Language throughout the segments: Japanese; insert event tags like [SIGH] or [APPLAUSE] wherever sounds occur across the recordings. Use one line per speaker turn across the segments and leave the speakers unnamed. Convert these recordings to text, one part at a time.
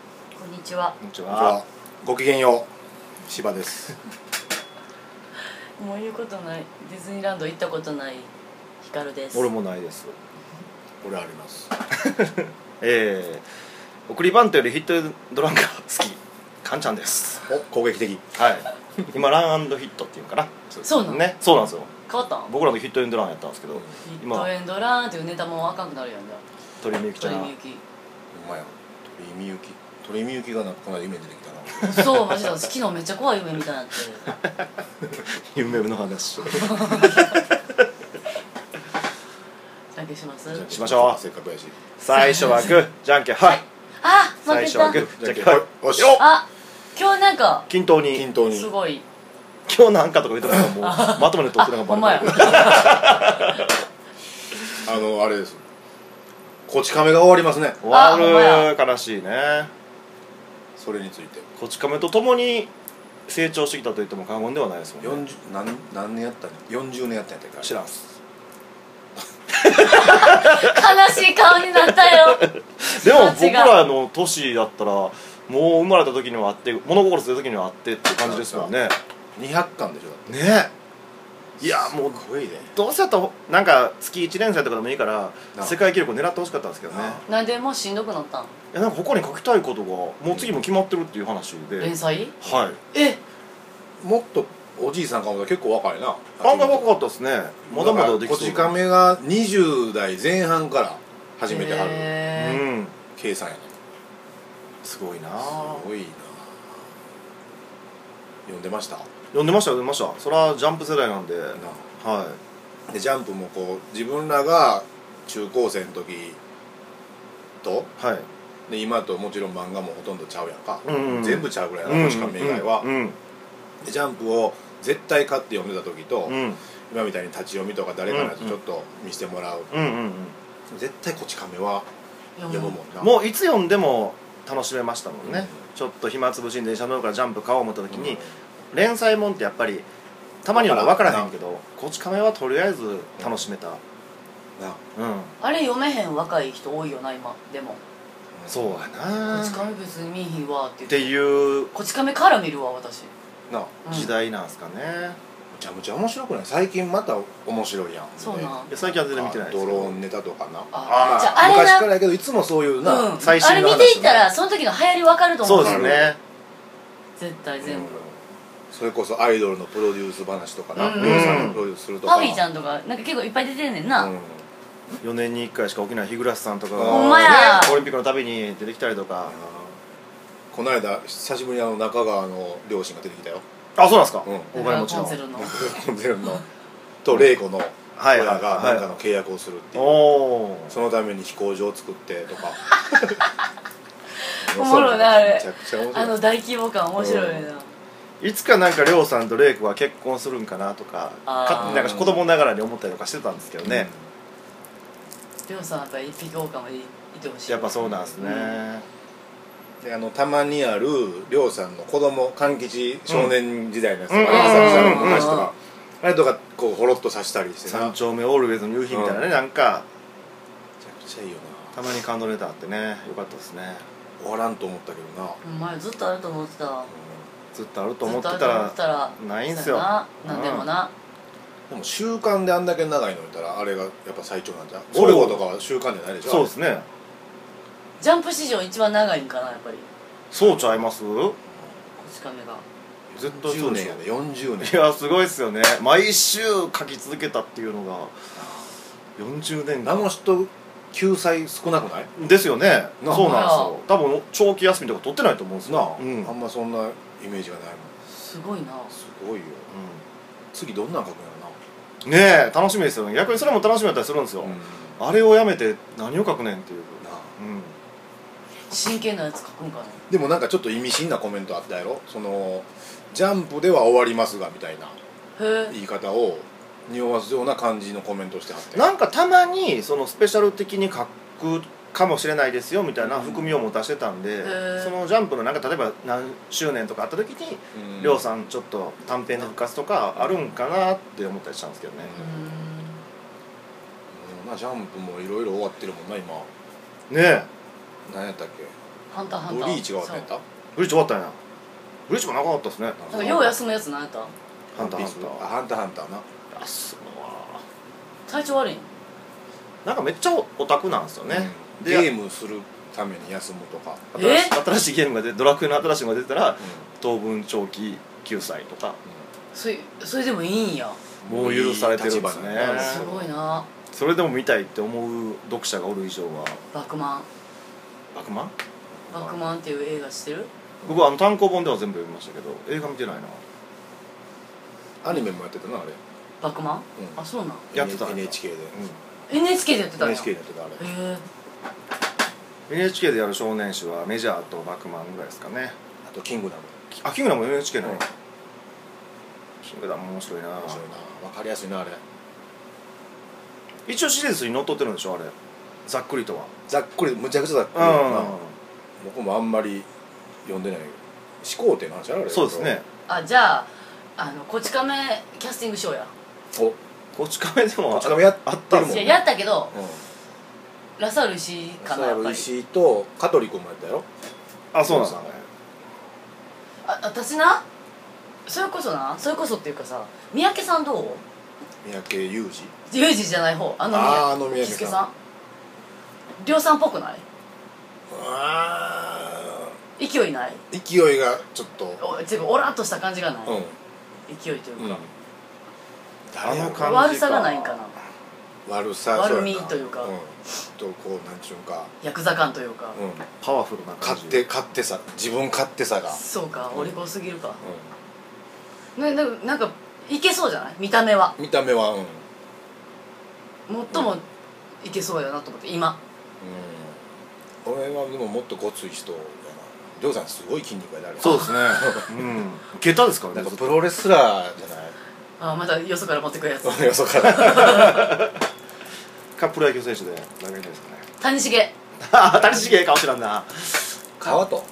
ちは
こんにち
こんにちは
は。ごきげんよう。芝 [LAUGHS] です。
もう言うことないディズニーランド行ったことないヒカルです
俺もないです。
俺あります。
えー、送りバントよりヒットドランが好き。カンちゃんです。
お、攻撃的。
はい。今ランヒットっていうのか
そ
そうな
な。
の、
ね。そうなんですよ。
変わったん
僕らのヒットエンドランやったんですけど、
ヒッ
今
トエンドラーンっていうネタもあかんくなるやんだ
鳥みゆきちゃ
鳥
ん
みゆき
お前や。鳥居みゆき。鳥居みゆきがなんかこの間夢に出てきたな。
そうマジで昨日めっちゃ怖い夢みたいになって
[LAUGHS] 夢の話を
だけします
じゃあ
しましょう
せっかく [LAUGHS] やし。
最初はグーじゃんけんはい
あ負
最
け
初は
た
グーじゃんけん
じゃんけん
は
はいいよし
よっ
あ今日なんか
均等に
均等に。
すごい
今日なんかとか言ってたらもうまとめて取ってなんか
ほんまや
る
あの、あれです。こち亀が終わりますね。
終
あほんま
わ
や
る悲しいね
それについて。
こち亀とともに成長してきたと言っても過言ではないですもんね
四十、何、何年やったの。四十年やったんやったから。
知らんっす
悲しい顔になったよ
[LAUGHS] でも
違う
僕らの年だったらもう生まれた時にはあって物心ついた時にはあってって感じですもんね
二百巻でしょ。
ねいやもう
すごいね。
どうせだとなんか月1年生とかでもいいから
なあ
世界記録を狙ってほしかったんですけどね
なあ
なんでもうしんどくなったん
いやなんか他に書きたいことがもう次も決まってるっていう話で、
連載
はい
え
もっと。おじいさんかも結構若いな。
案外若かったですねまだまだでき
こ
そう
ち
だ
亀が20代前半から始めてはる
う
へ
ん
計算やね
すごいな
すごいな読んでましたな
読んでました読んでましたそれはジャンプ世代なんでは
でジャンプもこう自分らが中高生の時と
いはい
で今ともちろん漫画もほとんどちゃうやんか、
うんうん
全部ちゃうぐらいやなこち亀以外は、
うん
でジャンプを絶対買って読んでた時と、
うんうん
今みたいに立ち読みとか誰かのやつちょっと見せてもらう、
うんうん
絶対こち亀は
え
読むもん
う
な、
んもういつ読んでも楽しめましたもんね、
うん
ちょっと暇つぶしに電車乗るからジャンプ買おう思った時に、
うん
連載もんってやっぱりたまには分からへんけどこち亀はとりあえず楽しめた
な
うん
あれ読めへん若い人多いよな今でも「
そうやな
こち亀別に見えひんわ」って言って
っていう
「こち亀から見るわ私」
なあ
うん
時代なんすかね、
むちゃむちゃ面白くない最近また面白いやん
そうなん
いや最近は全然見てないです
ド
け
ロ
ど
ーンネタとかな
あーじゃああれな
昔からやけどいつもそういうな、
うん、
最新
あ
の
れ
話
見ていったらその時の流行り分かると思
そううです
わ
ね
絶対全部、
それこそアイドルのプロデュース話とかな
うん
りょうさんがプロデュースするとか
パフィーちゃんとかなんか結構いっぱい出てんねんな、
うん
4年に1回しか起きない日暮さんとかが
ほ
んまや
ねオリンピックのたびに出てきたりとか
この間久しぶりにあの中川の両親が出てきたよ
あそうなんですか、
う
お
だか
金
ら
持ち
コンセ
の
ルの
コ [LAUGHS] ンセルのと玲子の
はい
親がなんかの契約をするっていう、
おお
そのために飛行場を作ってと
[LAUGHS]
か
おもろいなあれ
めちゃくちゃ面白い
あの大規模感面白いな、
いつかなんか亮さんと玲子は結婚するんかなとか
あー
勝手になんか子供ながらに思ったりとかしてたんですけどね、
りょうさんやっぱり一匹狼でいてほしい
やっぱそうなんですね、
であのたまにあるりょうさんの子供勘吉少年時代のやつとか、
うん
浅草の
うん
話とか、あれとかこうほろっとさしたりしてな
三
めちゃ
丁目オールウェイズの夕日みたいなね、
うん
なんか
くちゃいいよ
たまに感動ネタあってねよかったですね
な終わらんと思ったけどな、
お前ずっとあると思ってた
ずっとあると思って
ず
た
とある
ら
と思ってたら
ないんすよ
そうやななんでもな、
でも週刊であんだけ長いの見たらあれがやっぱ最長なんじゃん
そう
ゴルゴとかは週刊じゃないでしょ
そうですね
ジャンプ史上一番長いんかなやっぱりこ
そうちゃいます
ち亀が
絶対そ
10
うでし
年
ょ
やで40
い
年
やすごいっすよね毎週書き続けたっていうのが40年
あ
間
の人救済少なくない
ですよね
な
そうなんです
ほ
よ多分長期休みとか取ってないと思うんです
なあ、
よ、うん
あんまそんなイメージがないもん
すごいな
すごい
う
よ次どんなん書くんや
んねえ楽しみですよね逆にそれも楽しみだったりするんですよ、
ろな、
あれをやめて何を書くねんっていう
なあ
うん
真剣なやつ書くんかな
でもなんかちょっと意味深なコメントあったやろそのジャンプでは終わりますがみたいな
へえ
言い方を匂わすような感じのコメントしてはって
なんかたまにそのスペシャル的に書くかもしれないですよみたいな含みをも出してたんで、
ー
そのジャンプのなんか例えば何周年とかあった時に
うん
りょうさんちょっと短編で復活とかあるんかなって思ったりしたんですけどね、
うーん
うんまあジャンプもいろいろ終わってるもんな今
ねえ
何やったっけ
ハンターハンタ
ド
ー
リーチが終わったんやっ
ブリーチ終わったんやブリーチも長かったですね
なんかよう休むやつなんやった
ハンターハンター
あハンターハンターな
安いわ
体調悪いん
なんかめっちゃオタクなんですよね、
うん
で
ゲームするために休むとか
新し新しいゲームが出てドラクエの新しいのが出てたら当分長期救済とか
それそれでもいいんや
もう許されてるんです
いい立場
ね
なんだ
すごいな
それでも見たいって思う読者がおる以上は
バクマン
バクマン
バクマンっていう映画してる
僕はあの単行本では全部読みましたけど映画見てないな
アニメもやってたなあれ
バクマン、
うん
あそうなん
やってた
NHK で、
NHK でやってたんや
NHK でやってたあれ
へえ
NHK でやる少年誌はメジャーとバクマンぐらいですかね
あと「キングダム
あキングダムも NHK なの、
うん
キングダム面白いな」
面白いな分かりやすいなあれ
一応シリーズにのっとってるんでしょあれざっくりとは
ざっくりむちゃくちゃざっくりやな
う
僕もあんまり読んでないけど始皇帝の話あるあれ
んそうですね
あじゃああのこち亀キャスティングショーや
お
こち亀でも
こち亀やっ
あった
やってる
もん
い
もん
や
ね
やったけど
うん
ラサール石井かなやっぱり
石井と香取君もやったやろ
あそうなんだね
あ私なそれこそなそれこそっていうかさ三宅さんどう
三宅裕二
ユージじゃない方あの
あーあの三宅さん
喜助さん量産っぽくない
あ
勢いない
勢いがちょっと
おちょオラっとした感じがない、
う
勢いというか、
ん、うん、
あの感じ
悪さがないんかな
悪さ
悪
そうやな
みというか
ん、とこうなんちゅうんか、
ヤクザ感というか、
うん、
パワフルな感
勝
じ
手勝手さ自分勝手さが、
そうか
うん
お利口すぎるか、ねななんかいけそうじゃない見た目は
うん、見た目はうん、うん、
最もいけそうやなと思って今
俺はでももっとごつい人やなりょうさんすごい筋肉がある
そうですねうん下手ですから
な
ね
んか
ずっ
プ
と
ロレスラーじゃない
あーまたよそから持ってくるやつ
[LAUGHS]
そのよそから
かプロ野球選手で投げるんですかね
谷繁
ああ谷繁かもしらんな
川と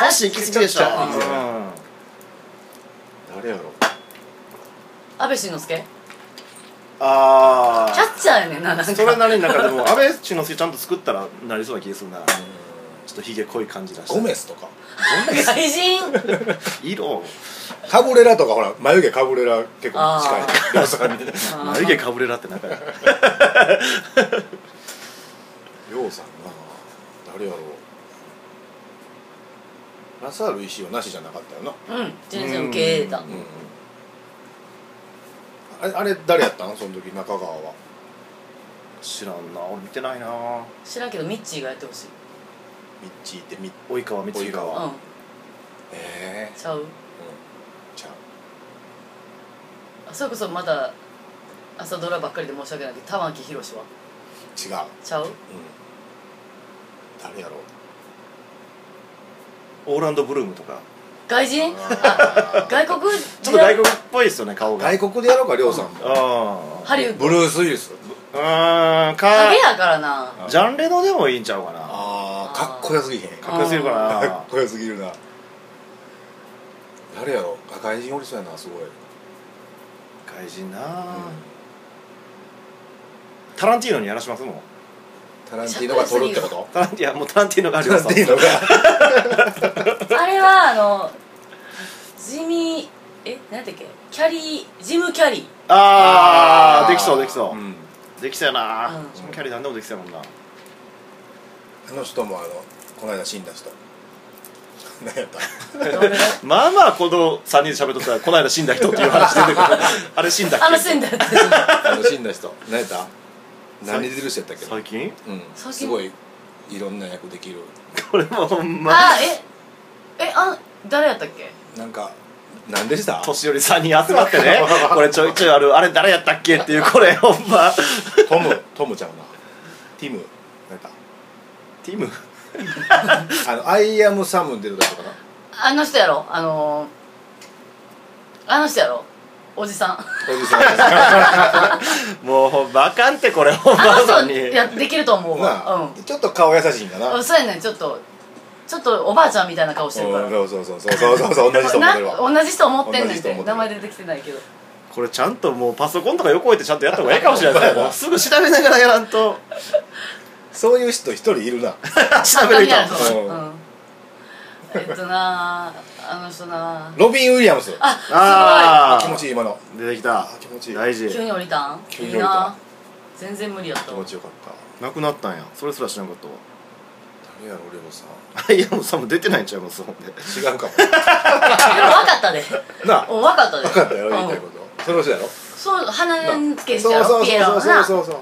あ
足行き過ぎでしょ
ちょっと
うん
誰やろ
安倍晋之助
あ
キャ
あ
ッチャーやねんななんか
それなりになんかでも安倍晋之助ちゃんと作ったらなりそうな気がするなちょ
う
っとひげ濃い感じだし
んゴメスとか
外人
色
カブレラとかほら眉毛カブレラ結構近い
あ
りょうさんみたいな
あー
眉毛かぶれらってなんか
ようさんな誰やろうラサール石井はなしじゃなかったよな
うん全然受け入れた
うん
あれあれ誰やったのその時中川は
知らんな俺見てないな
知らんけどミッチーがやってほしい
ミッチーってミッ
及川光
及
彦
う
川
ん
ええ
ちゃう
ちゃう
あそれこそまた朝ドラばっかりで申し訳ないけど玉木宏は
違う、うん、
ちゃう
誰やろう
オーランドブルームとか
外人
あー
外国
ちょっと外国っぽいっすよね顔が
[LAUGHS] 外国でやろうかりょうさんも
あ
ハリウッド
ブルース・ウィルス
あうーんか
影やからな
ジャンレノでもいいんちゃうかな
ああかっこよすぎへん
かっこよすぎるか
か
な
っこよすぎるな誰やろうあ外人おりそうやなすごい、
外人なタランティーノにやらしますもん
タランティーノが撮るってこと
タランティーノもうタランティーノがあ
タ
りま
ラン
す
ティーノが
あれはあのジミーえなんだっけキャリージム・キャリー
ああできそうできそう、
ん
できそうやな、
うん
そのキャリー何でもできそうやもんな
あの人もあのこの間死んだ人何やった
まあまあこの3人で喋っとったらこの間死んだ人っていう話出て [LAUGHS] くるあれ死んだっけ
あの線だって
あの死んだ人何やった何で出る人やったっけ
最近
うん
最近
すごいいろんな役できる
これもほんま
あええあ誰やったっけ
なんか何でした
年寄り3人集まってねこれちょいちょいあるあれ誰やったっけっていうこ [LAUGHS] れほんま
トムトムちゃうなティム何やっ
ティム
たあの「アイアムサム」出るだったかな
あの人やろあのー、あの人やろおじさん
おじさんです
もうほんまあかんってこれほんま
あの
さ
人
に
やできると思うわ
なあちょっと顔優しいんだ
うん
な
あそうやねんちょっとちょっとおばあちゃんみたいな顔してるから
うんそうそうそうそうそうそう同じ人思っ
な
てるわ
同じ人思ってんねんっ
同じ人思
て
ってる
名前出てきてないけど
これちゃんともうパソコンとか横置いてちゃんとやった方がいいかもしれないですねも [LAUGHS] うすぐ調べながらやらんと
そういう人一人いるな
調べる
簡単にやる
と
ぞ
うん
うんえっとなあの人な
ロビン・ウィリアムス
あ
気持ちいい今の
出てきた
あ気持ちいい
大
す
事
ごい急に降りたん
急に
い
降
い
りた
な全然無理やった
気
わ
持ちよかった
なくなったんやそれすら知らんかったわ
誰やろ亮さ
あ [LAUGHS] いやもうさもう出てないんちゃいますほんで
ん違うかも
でも分かったで
なあ
お分かったで
分かった
う
よ
ん
言いたいことその人やろ
そう鼻につけしち
そう
ゃ
そうう
ピエロ
そ
の
うそう
な
そうそう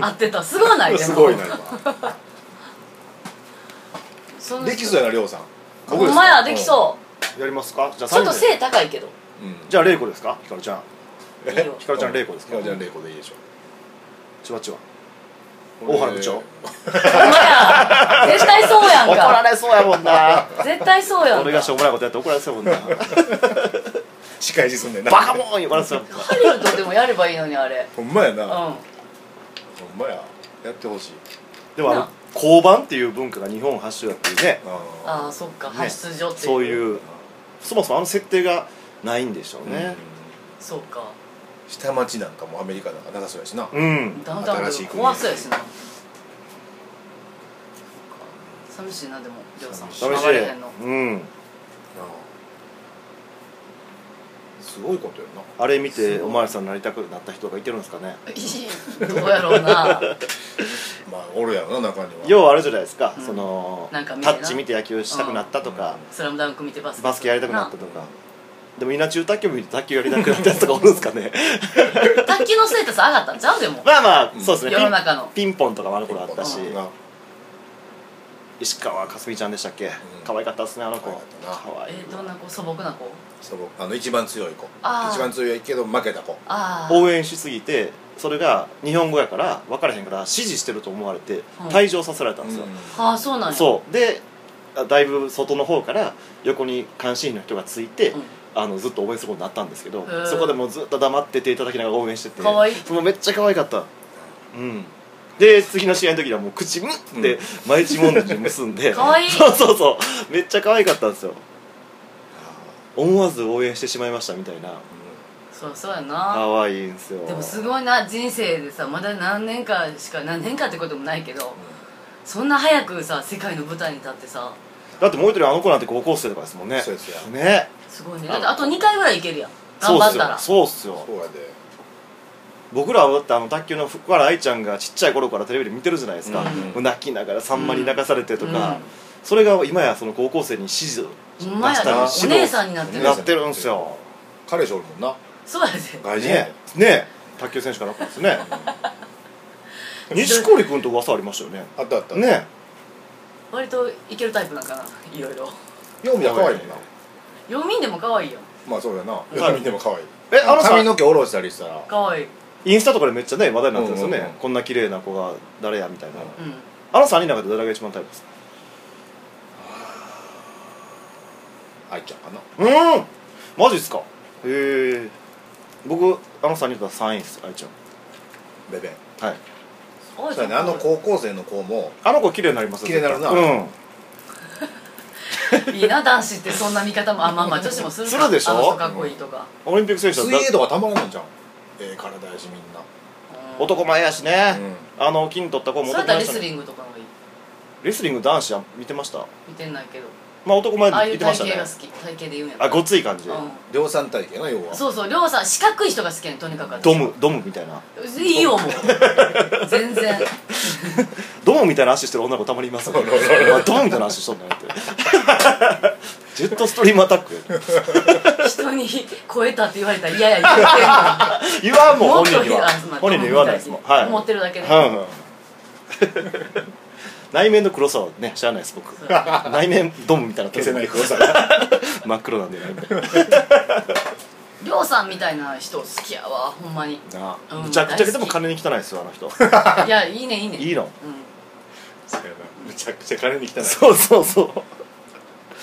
合ってたすごいないでも
すごいな今
その
できそうやな亮さん
ほんまやできそ
やりますかじゃ
う
あ
ちょっと
三人で
背高いけど
うん
じゃあ玲子ですかひかるちゃん
いいよ
ひかるちゃん玲子です
ひ
か
かるちゃん玲子でいいでしょ
ちわちわ大原部長
ほんまや絶対そうやん
怒
か
られそうやも
[LAUGHS]
んな
絶対そうやん
俺が
か
しょうもないことやって怒られそうやもんな
仕返しすんねんな
バカモーン言われそうやもんな
ハリウッドでもやればいいのにあれ
ほんまやな
うん
ほんまややってほしい
でもあ
な
の交番っていう文化が日本発祥だっていうね
あ
ああそっか
ね
派出所って
そう
う
いうそもそもあの設定がないんでしょう
ー
ね
そうか
下町なんかもアメリカなんかなさそうやしな
うん、
ダウンタウン
新
で
しい
も
国
怖そうやしなそっか寂しいなでもりょうさん
寂し
上がれへんの
いうん
なあすごいことやな
あれ見てお巡りさんになりたくなった人がいてるんですかね
いいどうやろう
[LAUGHS]
な
まあおるやろな中には
要はあるじゃないですか、
うん
その
なんか見て
タ
な
ッチ見て野球したくなったとか、
スラムダンク見てバスケ
バスケやりたくなったとかでも稲中卓球部見て卓球やりたくなったやつとかおるんですかね [LAUGHS]
な卓球のステータス上がったんちゃうでも
まあまあそうですね
世の中の
ピンピンポンとかもあの頃あったし
ピン
な
石川かすみちゃんでしたっけ、可愛かったですねあの子
可愛かったな
可愛い
えーどんな子素朴な子
そうあの一番強い子
あー
一番強いけど負けた子
ああ
応援しすぎてそれが日本語やから分からへんから支持してると思われて
うん
退場させられたんですよ、
ああそうなんや
そうであだいぶ外の方から横に監視員の人がついて、
うん
あのずっと応援することになったんですけど
ー
そこでもうずっと黙って手叩きながら応援してて
かわいい
もうめっちゃ可愛かったうんで次の試合の時にはもう口むって毎日もんじ結ん
[LAUGHS]
で
かわいい
そうそうそうめっちゃ可愛かったんですよ思わず応援してしまいましたみたいな
そうそうやな
可愛いんですよ
でもすごいな人生でさまだ何年かしか何年かってこともないけどそんな早くさ世界の舞台に立ってさ
だってもう一人あの子なんて高校生とかですもんね
そうですよ
ね
すごいねだってあと2回ぐらいいけるやん頑張ったら
そうっすよそうっすよ
そうやで
僕らはだってあの卓球の福原愛ちゃんがちっちゃい頃からテレビで見てるじゃないですか、
うん
もう泣きながらさんまに泣かされてとか、
うん
それが今やその高校生に指示を
ほんまやで
出
お
した
り
姉さんになって
指
る
導
なってるんすよ
彼氏おるもんな
そうやで
外人や
ねね卓球選手かなったん
[LAUGHS]
ですね錦織君と噂ありましたよね
あったあった
ね
割といけるタイプなんかないろいろ
ヨウミは可愛いもんな
読みんでも可愛いよ
まあそうやな
うん
ヨウミでも可愛い
えあのさ
髪の毛下ろしたりしたら
可愛い
インスタとかでめっちゃね話題になってるんですよね、
うんうんうん
こんな綺麗な子が誰やみたいな、
うん
うん
あの3人の中で誰が一番タイプですか
愛ちゃんかな
うーんマジっすかへえ僕あの3人だったら3位っす愛ちゃ
ベベン
んはい
可愛い
そうやねあの高校生の子も
あの子綺麗になりますよ
綺麗になるな
うん
いいな男子ってそんな見方もあまあまあ女子もするか
するでしょ
あの人かっこいいとか、
オリンピック選手だ
水泳とかたまらんのじゃんええ体やしみんな
うん
男前やしね、あの金取った子も
それやったら
男
レ
前やし
ス
ね
リングとかもいい
レスリング男子は見てました
見てないけど
まあ男前
ああ
で
いう
見てま
体
した
型
ね
が好き体型で言うんやった
あ
ら
ごっつい感じ、
う
量産体系な要は
ん、そうそうりょうさん四角い人が好きやねんとにかく
ドムドムみたいない
いよもう全然
ドムみたいな足してる女の子たまにいますねお前ドムみたいな足しとんのよって [LAUGHS] ジェットストリームアタック
人に超えたって言われたら嫌や言って
言わん
んの
もん本人には
あまあ
本人には言わないですもんはい、
思ってるだけで、
うん [LAUGHS] うん内面の黒さはね知らないです僕内面ドムみたいな
消せない黒さ
真っ黒なんでない
りょうさんみたいな人好きやわほんまに
なあ
うん
むちゃくちゃけども金に汚いですよあの [LAUGHS] 人
いやいいねいいね
いいの
う
そうやなむちゃくちゃ金に来たな
そうそうそう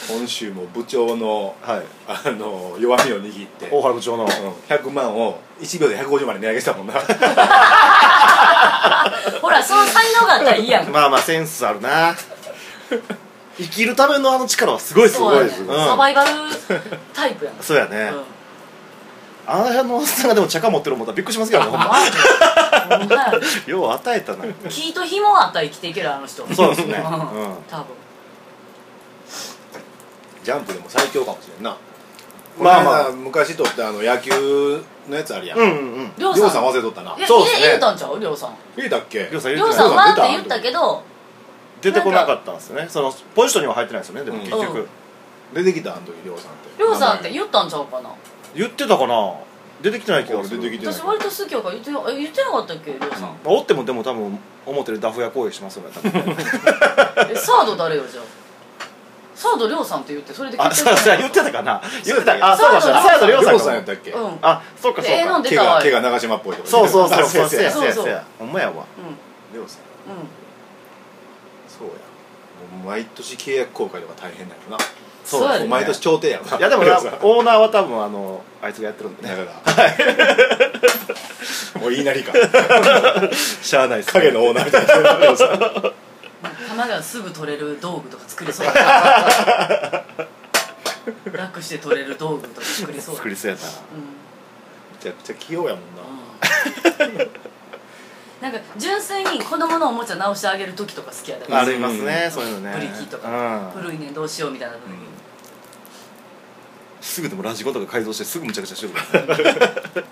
今週も部長の
はい
あの弱みを握って
大原部長の
うん100万を1秒で150万に値上げしたもんな
んほらその才能があったらいいやん
まあまあセンスあるな生きるためのあの力はすごいす
そう
ご
や
い
ね
です
サバイバルタイプやん、う
そうやね
ん
あの辺のおっさんがでも茶化持ってる [LAUGHS] 思ったらびっくりしますけどねほんま
マジでほんまや
よう与えたな
木と紐あったら生きていけるあの人
そうですね
ん
うん
多分
ジャンプでも最強かもしれんな
まあまあ
この間昔撮ったあの野球のやつあるやん、
うん
り
うん
りょ
ょ
う
う
さん
さん忘れとったない
や
そうですね
入れたんちゃうりょうさん
入れたっけ
りょうさん
り
入
ょ
れ
う
てな
さ
い
んはって言ったけど
出てこなかったんですねそのポジションには入ってないですよねでも
うん
結局、
うん
出てきたあの時りょうさんって
りょうさんって
名前
言ったんちゃうかな
言ってたかな出てきてない気がする
俺出てきて
私割と好きやから言ってなえ言ってなかったっけりょうさん
まあおってもでも多分表でダフ屋行為しますよね多分ね
えサード誰よじゃあサードりょうさんって言ってそれで
あ
決
そう
定
そう
じゃ
言
ん
ってたかな言って
そうや
たあそうかそ
そう
うかサード
り
り
ょ
ょ
う
う
り
さ
ょ
ん
う
かも
さんやったっけ、
うん
あそうか
で
そう
えなん
か
で
毛
出たわ
が毛が長島っぽいとこ
そうそうそうそう
そ
そう
う
や
そう
そうそう
そうやそうやほんまやわ
うん
りょうさん
うん
そうやもう毎年契約更改とか大変だよな
そうやで
も
ね
毎年調停やろない
やでもな
りょうさん
オーナーは多分あのあいつがやってるんで
だ
ね
からもう言いなりか
しゃあないっす
影のオーナーみたいなりょうさん
玉がすぐ取れる道具とか作れそう楽して取れる道具とか作れそう
作りそうやな
うんうん
めちゃくちゃ器用やもんな
なんか純粋に子供のおもちゃ直してあげる時とか好きやだか
あ
ら
りますねそういうのね
ブリキと
か
古いねんどうしようみたいな時に、
すぐでもラジコンとか改造してすぐむちゃくちゃしてるから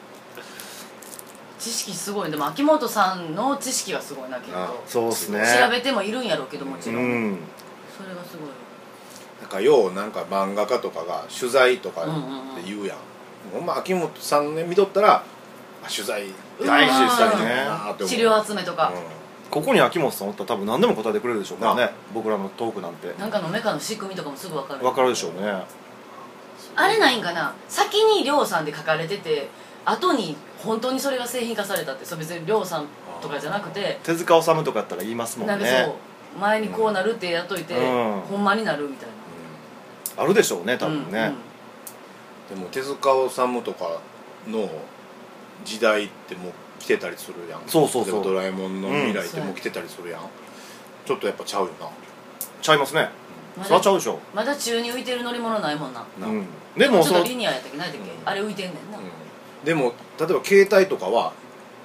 知識すごいでも秋元さんの知識はすごいなけど
あ
そうっすね
調べてもいるんやろうけどもち
う
ろん、
ん
それがすごい
なんかようなんか漫画家とかが取材とかって言うやん,、ほんま秋元さんね見とったらあ取材大事したりなって思う
資料集めとか、
ここに秋元さんおったら多分何でも答えてくれるでしょうからね僕らのトークなんて
なんかのメカの仕組みとかもすぐ分かる
わかるでしょうね
あれないんかな先にりょうさんで書かれてて後に本当にそれが製品化されたってそう別にりょうさんとかじゃなくて
手塚治虫とかやったら言いますもん
なんか
ね
そう前にこうなるってやっといて、
うん
ほんまになるみたい
あるでしょうね
な
多分
うんう
ね
ん
うんでも手塚治虫とかの時代ってもう来てたりするやん
そうそうそう
でもドラえもんの未来ってもう来てたりするやん、ちょっとやっぱちゃうよ
ちゃいますね
ま
そらちゃ
だ
うでしょ
まだ中に浮いてる乗り物ないもんな
な、
う
うん
んでも
ち
そ
ょっ
の
とリニアやったっけないったっけ、
う
あれ浮いてんねんな、
でも例えば携帯とかは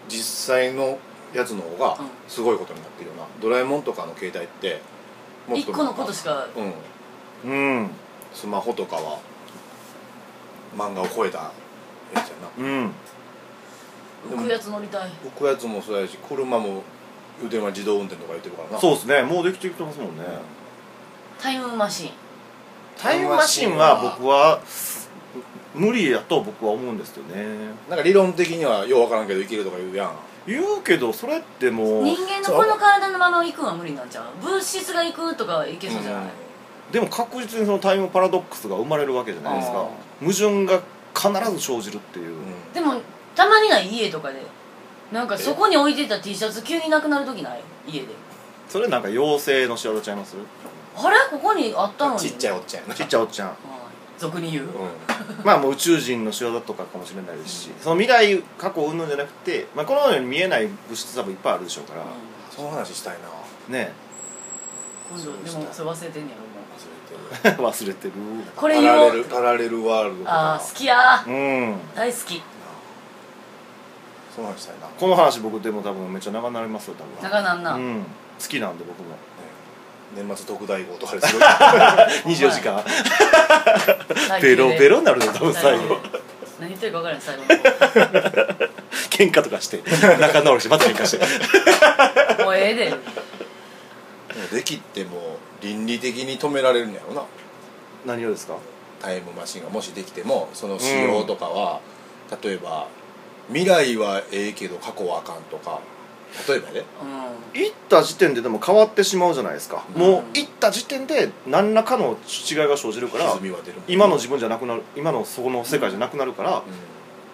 実際のやつの方が
うん
すごいことになってるよな、ドラえもんとかの携帯ってもっ
一
と
個のことしか
うん
うん
スマホとかは漫画を超えたやつやな
うん
浮くやつ乗りたい
浮くやつもそうやし車も腕は自動運転とか言ってるからな
そう
う
ですねもうできてきてますもんね
タイムマシン
タイムマシンは僕は無理やと僕は思うんですよね
なんか理論的にはようわからんけど生きるとか言うやん
言うけどそれってもう
人間のこの体のまま行くんは無理なんちゃう物質が行くとかはいけそうじゃない、
でも確実にそのタイムパラドックスが生まれるわけじゃないです
あ
か矛盾が必ず生じるっていう、
うん
でもたまにない家とかでなんかそこに置いてた T シャツ急になくなる時ない家で
それなんか妖精の仕業ちゃいます
あれここにあったのに
ちっちゃい
は
おっちゃんやな
[LAUGHS] ちっちゃいおっちゃん
俗に言う、
まあもう宇宙人の仕業とかかもしれないですし、その未来過去云々じゃなくて、まあ、このように見えない物質多分いっぱいあるでしょうから、
う
その話したいな
ね [LAUGHS] え
ん今度でもそれ忘れてんねやろもう
忘
忘
れてる
れてる
これ
パ
言
ラ
お
レル
う
パラレルワールドと
ああ
か
好きや
うん
大好き
その話したいな
この話僕でも多分めっちゃ長くなりますよ多分
長なんな、
うん好きなんで僕も
年末特大号とかですご
24時間
最近で
ベロベロになるで多分最後
何言ってるか分からん最後の
喧嘩とかして仲直りしてまた喧嘩して
方もうええで
[LAUGHS] できってもう倫理的に止められるんやろな
何をですか
タイムマシンがもしできてもその仕様とかは、例えば未来はええけど過去はあかんとか例えばね
う
行った時点ででも変わってしまうじゃないですか、
うん
もう行った時点で何らかの違いが生じるから
歪みは出るもん
今の自分じゃなくなる今のそこの世界じゃなくなるから、
う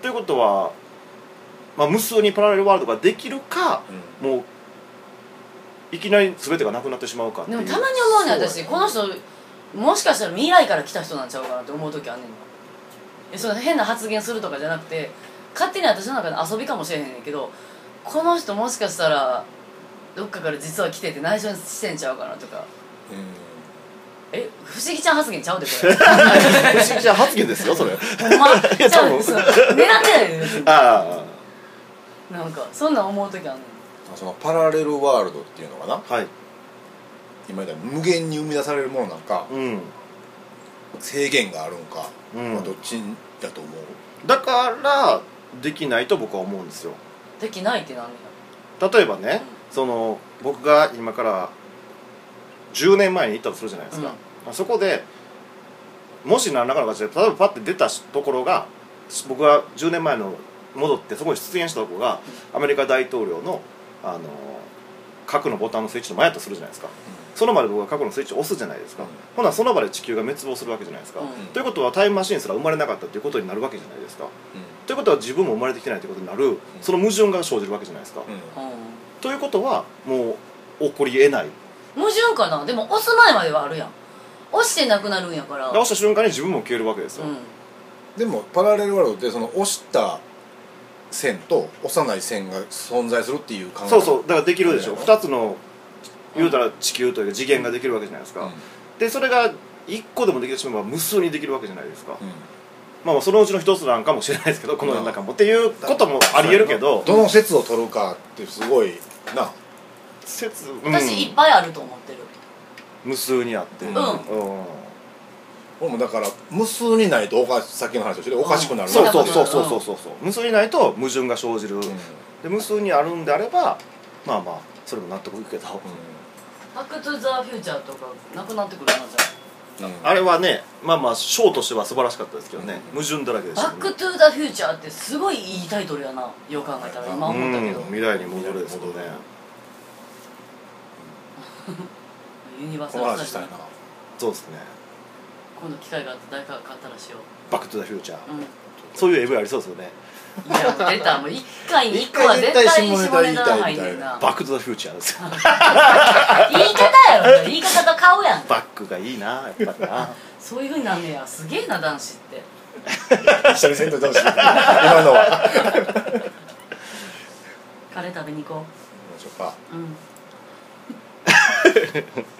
ということは、まあ、無数にパラレルワールドができるか
んうん
もういきなり全てがなくなってしまうかって
んで
いう
もたまに思うねん私
そうや
この人もしかしたら未来から来た人なんちゃうかなって思う時あんねんえその変な発言するとかじゃなくて勝手に私の中で遊びかもしれへんねんけどこの人もしかしたらどっかから実は来てて内緒にしてんちゃうかなとかえ不思議ちゃん発言ちゃうでこれ
不思議じゃ発言ですよそれあ
[LAUGHS] ほんま
いや
ちゃ
多
う
分
そう狙ってないで別に
あ
なんかそんなん思う時あんねん
そのパラレルワールドっていうのかな
はい
今言ったら無限に生み出されるものなんか
うん
制限があるんか、
うん
まあ、どっちだと思う
だからできないと僕は思うんですよ
できないって何だ
例えばね、その僕が今から10年前に行ったとするじゃないですか、あそこでもし何らかの形で例えばパッて出たところがし僕が10年前の戻ってそこに出現したところがアメリカ大統領のあの核のボタンのスイッチの前だとするじゃないですか、その場で僕が核のスイッチを押すじゃないですか、
うん
ほなその場で地球が滅亡するわけじゃないですか、
うん
ということはタイムマシンすら生まれなかったということになるわけじゃないですかということは自分も生まれてきてないということになるその矛盾が生じるわけじゃないですか、
うんうん
うん
ということはもう起こり得ない
矛盾かなでも押す前まではあるやん押してなくなるんやから
押した瞬間に自分も消えるわけですよ、
う、
でもパラレルワールドってその押した線と押さない線が存在するっていう考え
そうそうだからできるでしょ、
うん
2つの言うたら地球というか次元ができるわけじゃないですか、でそれが1個でもできてしまえば無数にできるわけじゃないですか、
うん
まあまあそのうちの1つなんかもしれないですけどこの世の中も、っていうこともありえるけど
どの説を取るかってすごいな
説、うんん
私いっぱいあると思ってる
無数にあって
うん
ん
俺もだから無数にないとおかしさっきの話をしておかしくなる
そう
な
そうそうそうそうそう無数にないと矛盾が生じる、
うんうん
で無数にあるんであればまあまあそれも納得いくけど、
「バック・トゥ・ザ・フューチャー」とかなくなってくるなじゃ
うん
あれはねまあまあショーとしては素晴らしかったですけどね、
うん
矛盾だらけでし
バ
た
ック・トゥ・ザ・フューチャーってすごいいいタイトルやなよく考えたら今
う
思ったけ
ん
ど、
未来に戻るですもんね
未来に戻る
ユニバー
こ
サ
の
ル
話したいな [LAUGHS]
そうですね
今度機会があって誰かが買ったらしよう
バック・トゥ・ザ・フューチャー、
うん
そういう AV ありそうですよね
いやもう出たもう一回 [LAUGHS] に一個は絶対に下ネタが入んねんな
バック・トゥ・ザ・フューチャーですよ
言い方やろ言い方と顔やん
バックがいいなやっぱりな
そういうふうになんねやすげえな男子って
一緒にせんといてほしい今の
[LAUGHS]
は
カレー食べに行こ
どうしようか
ううん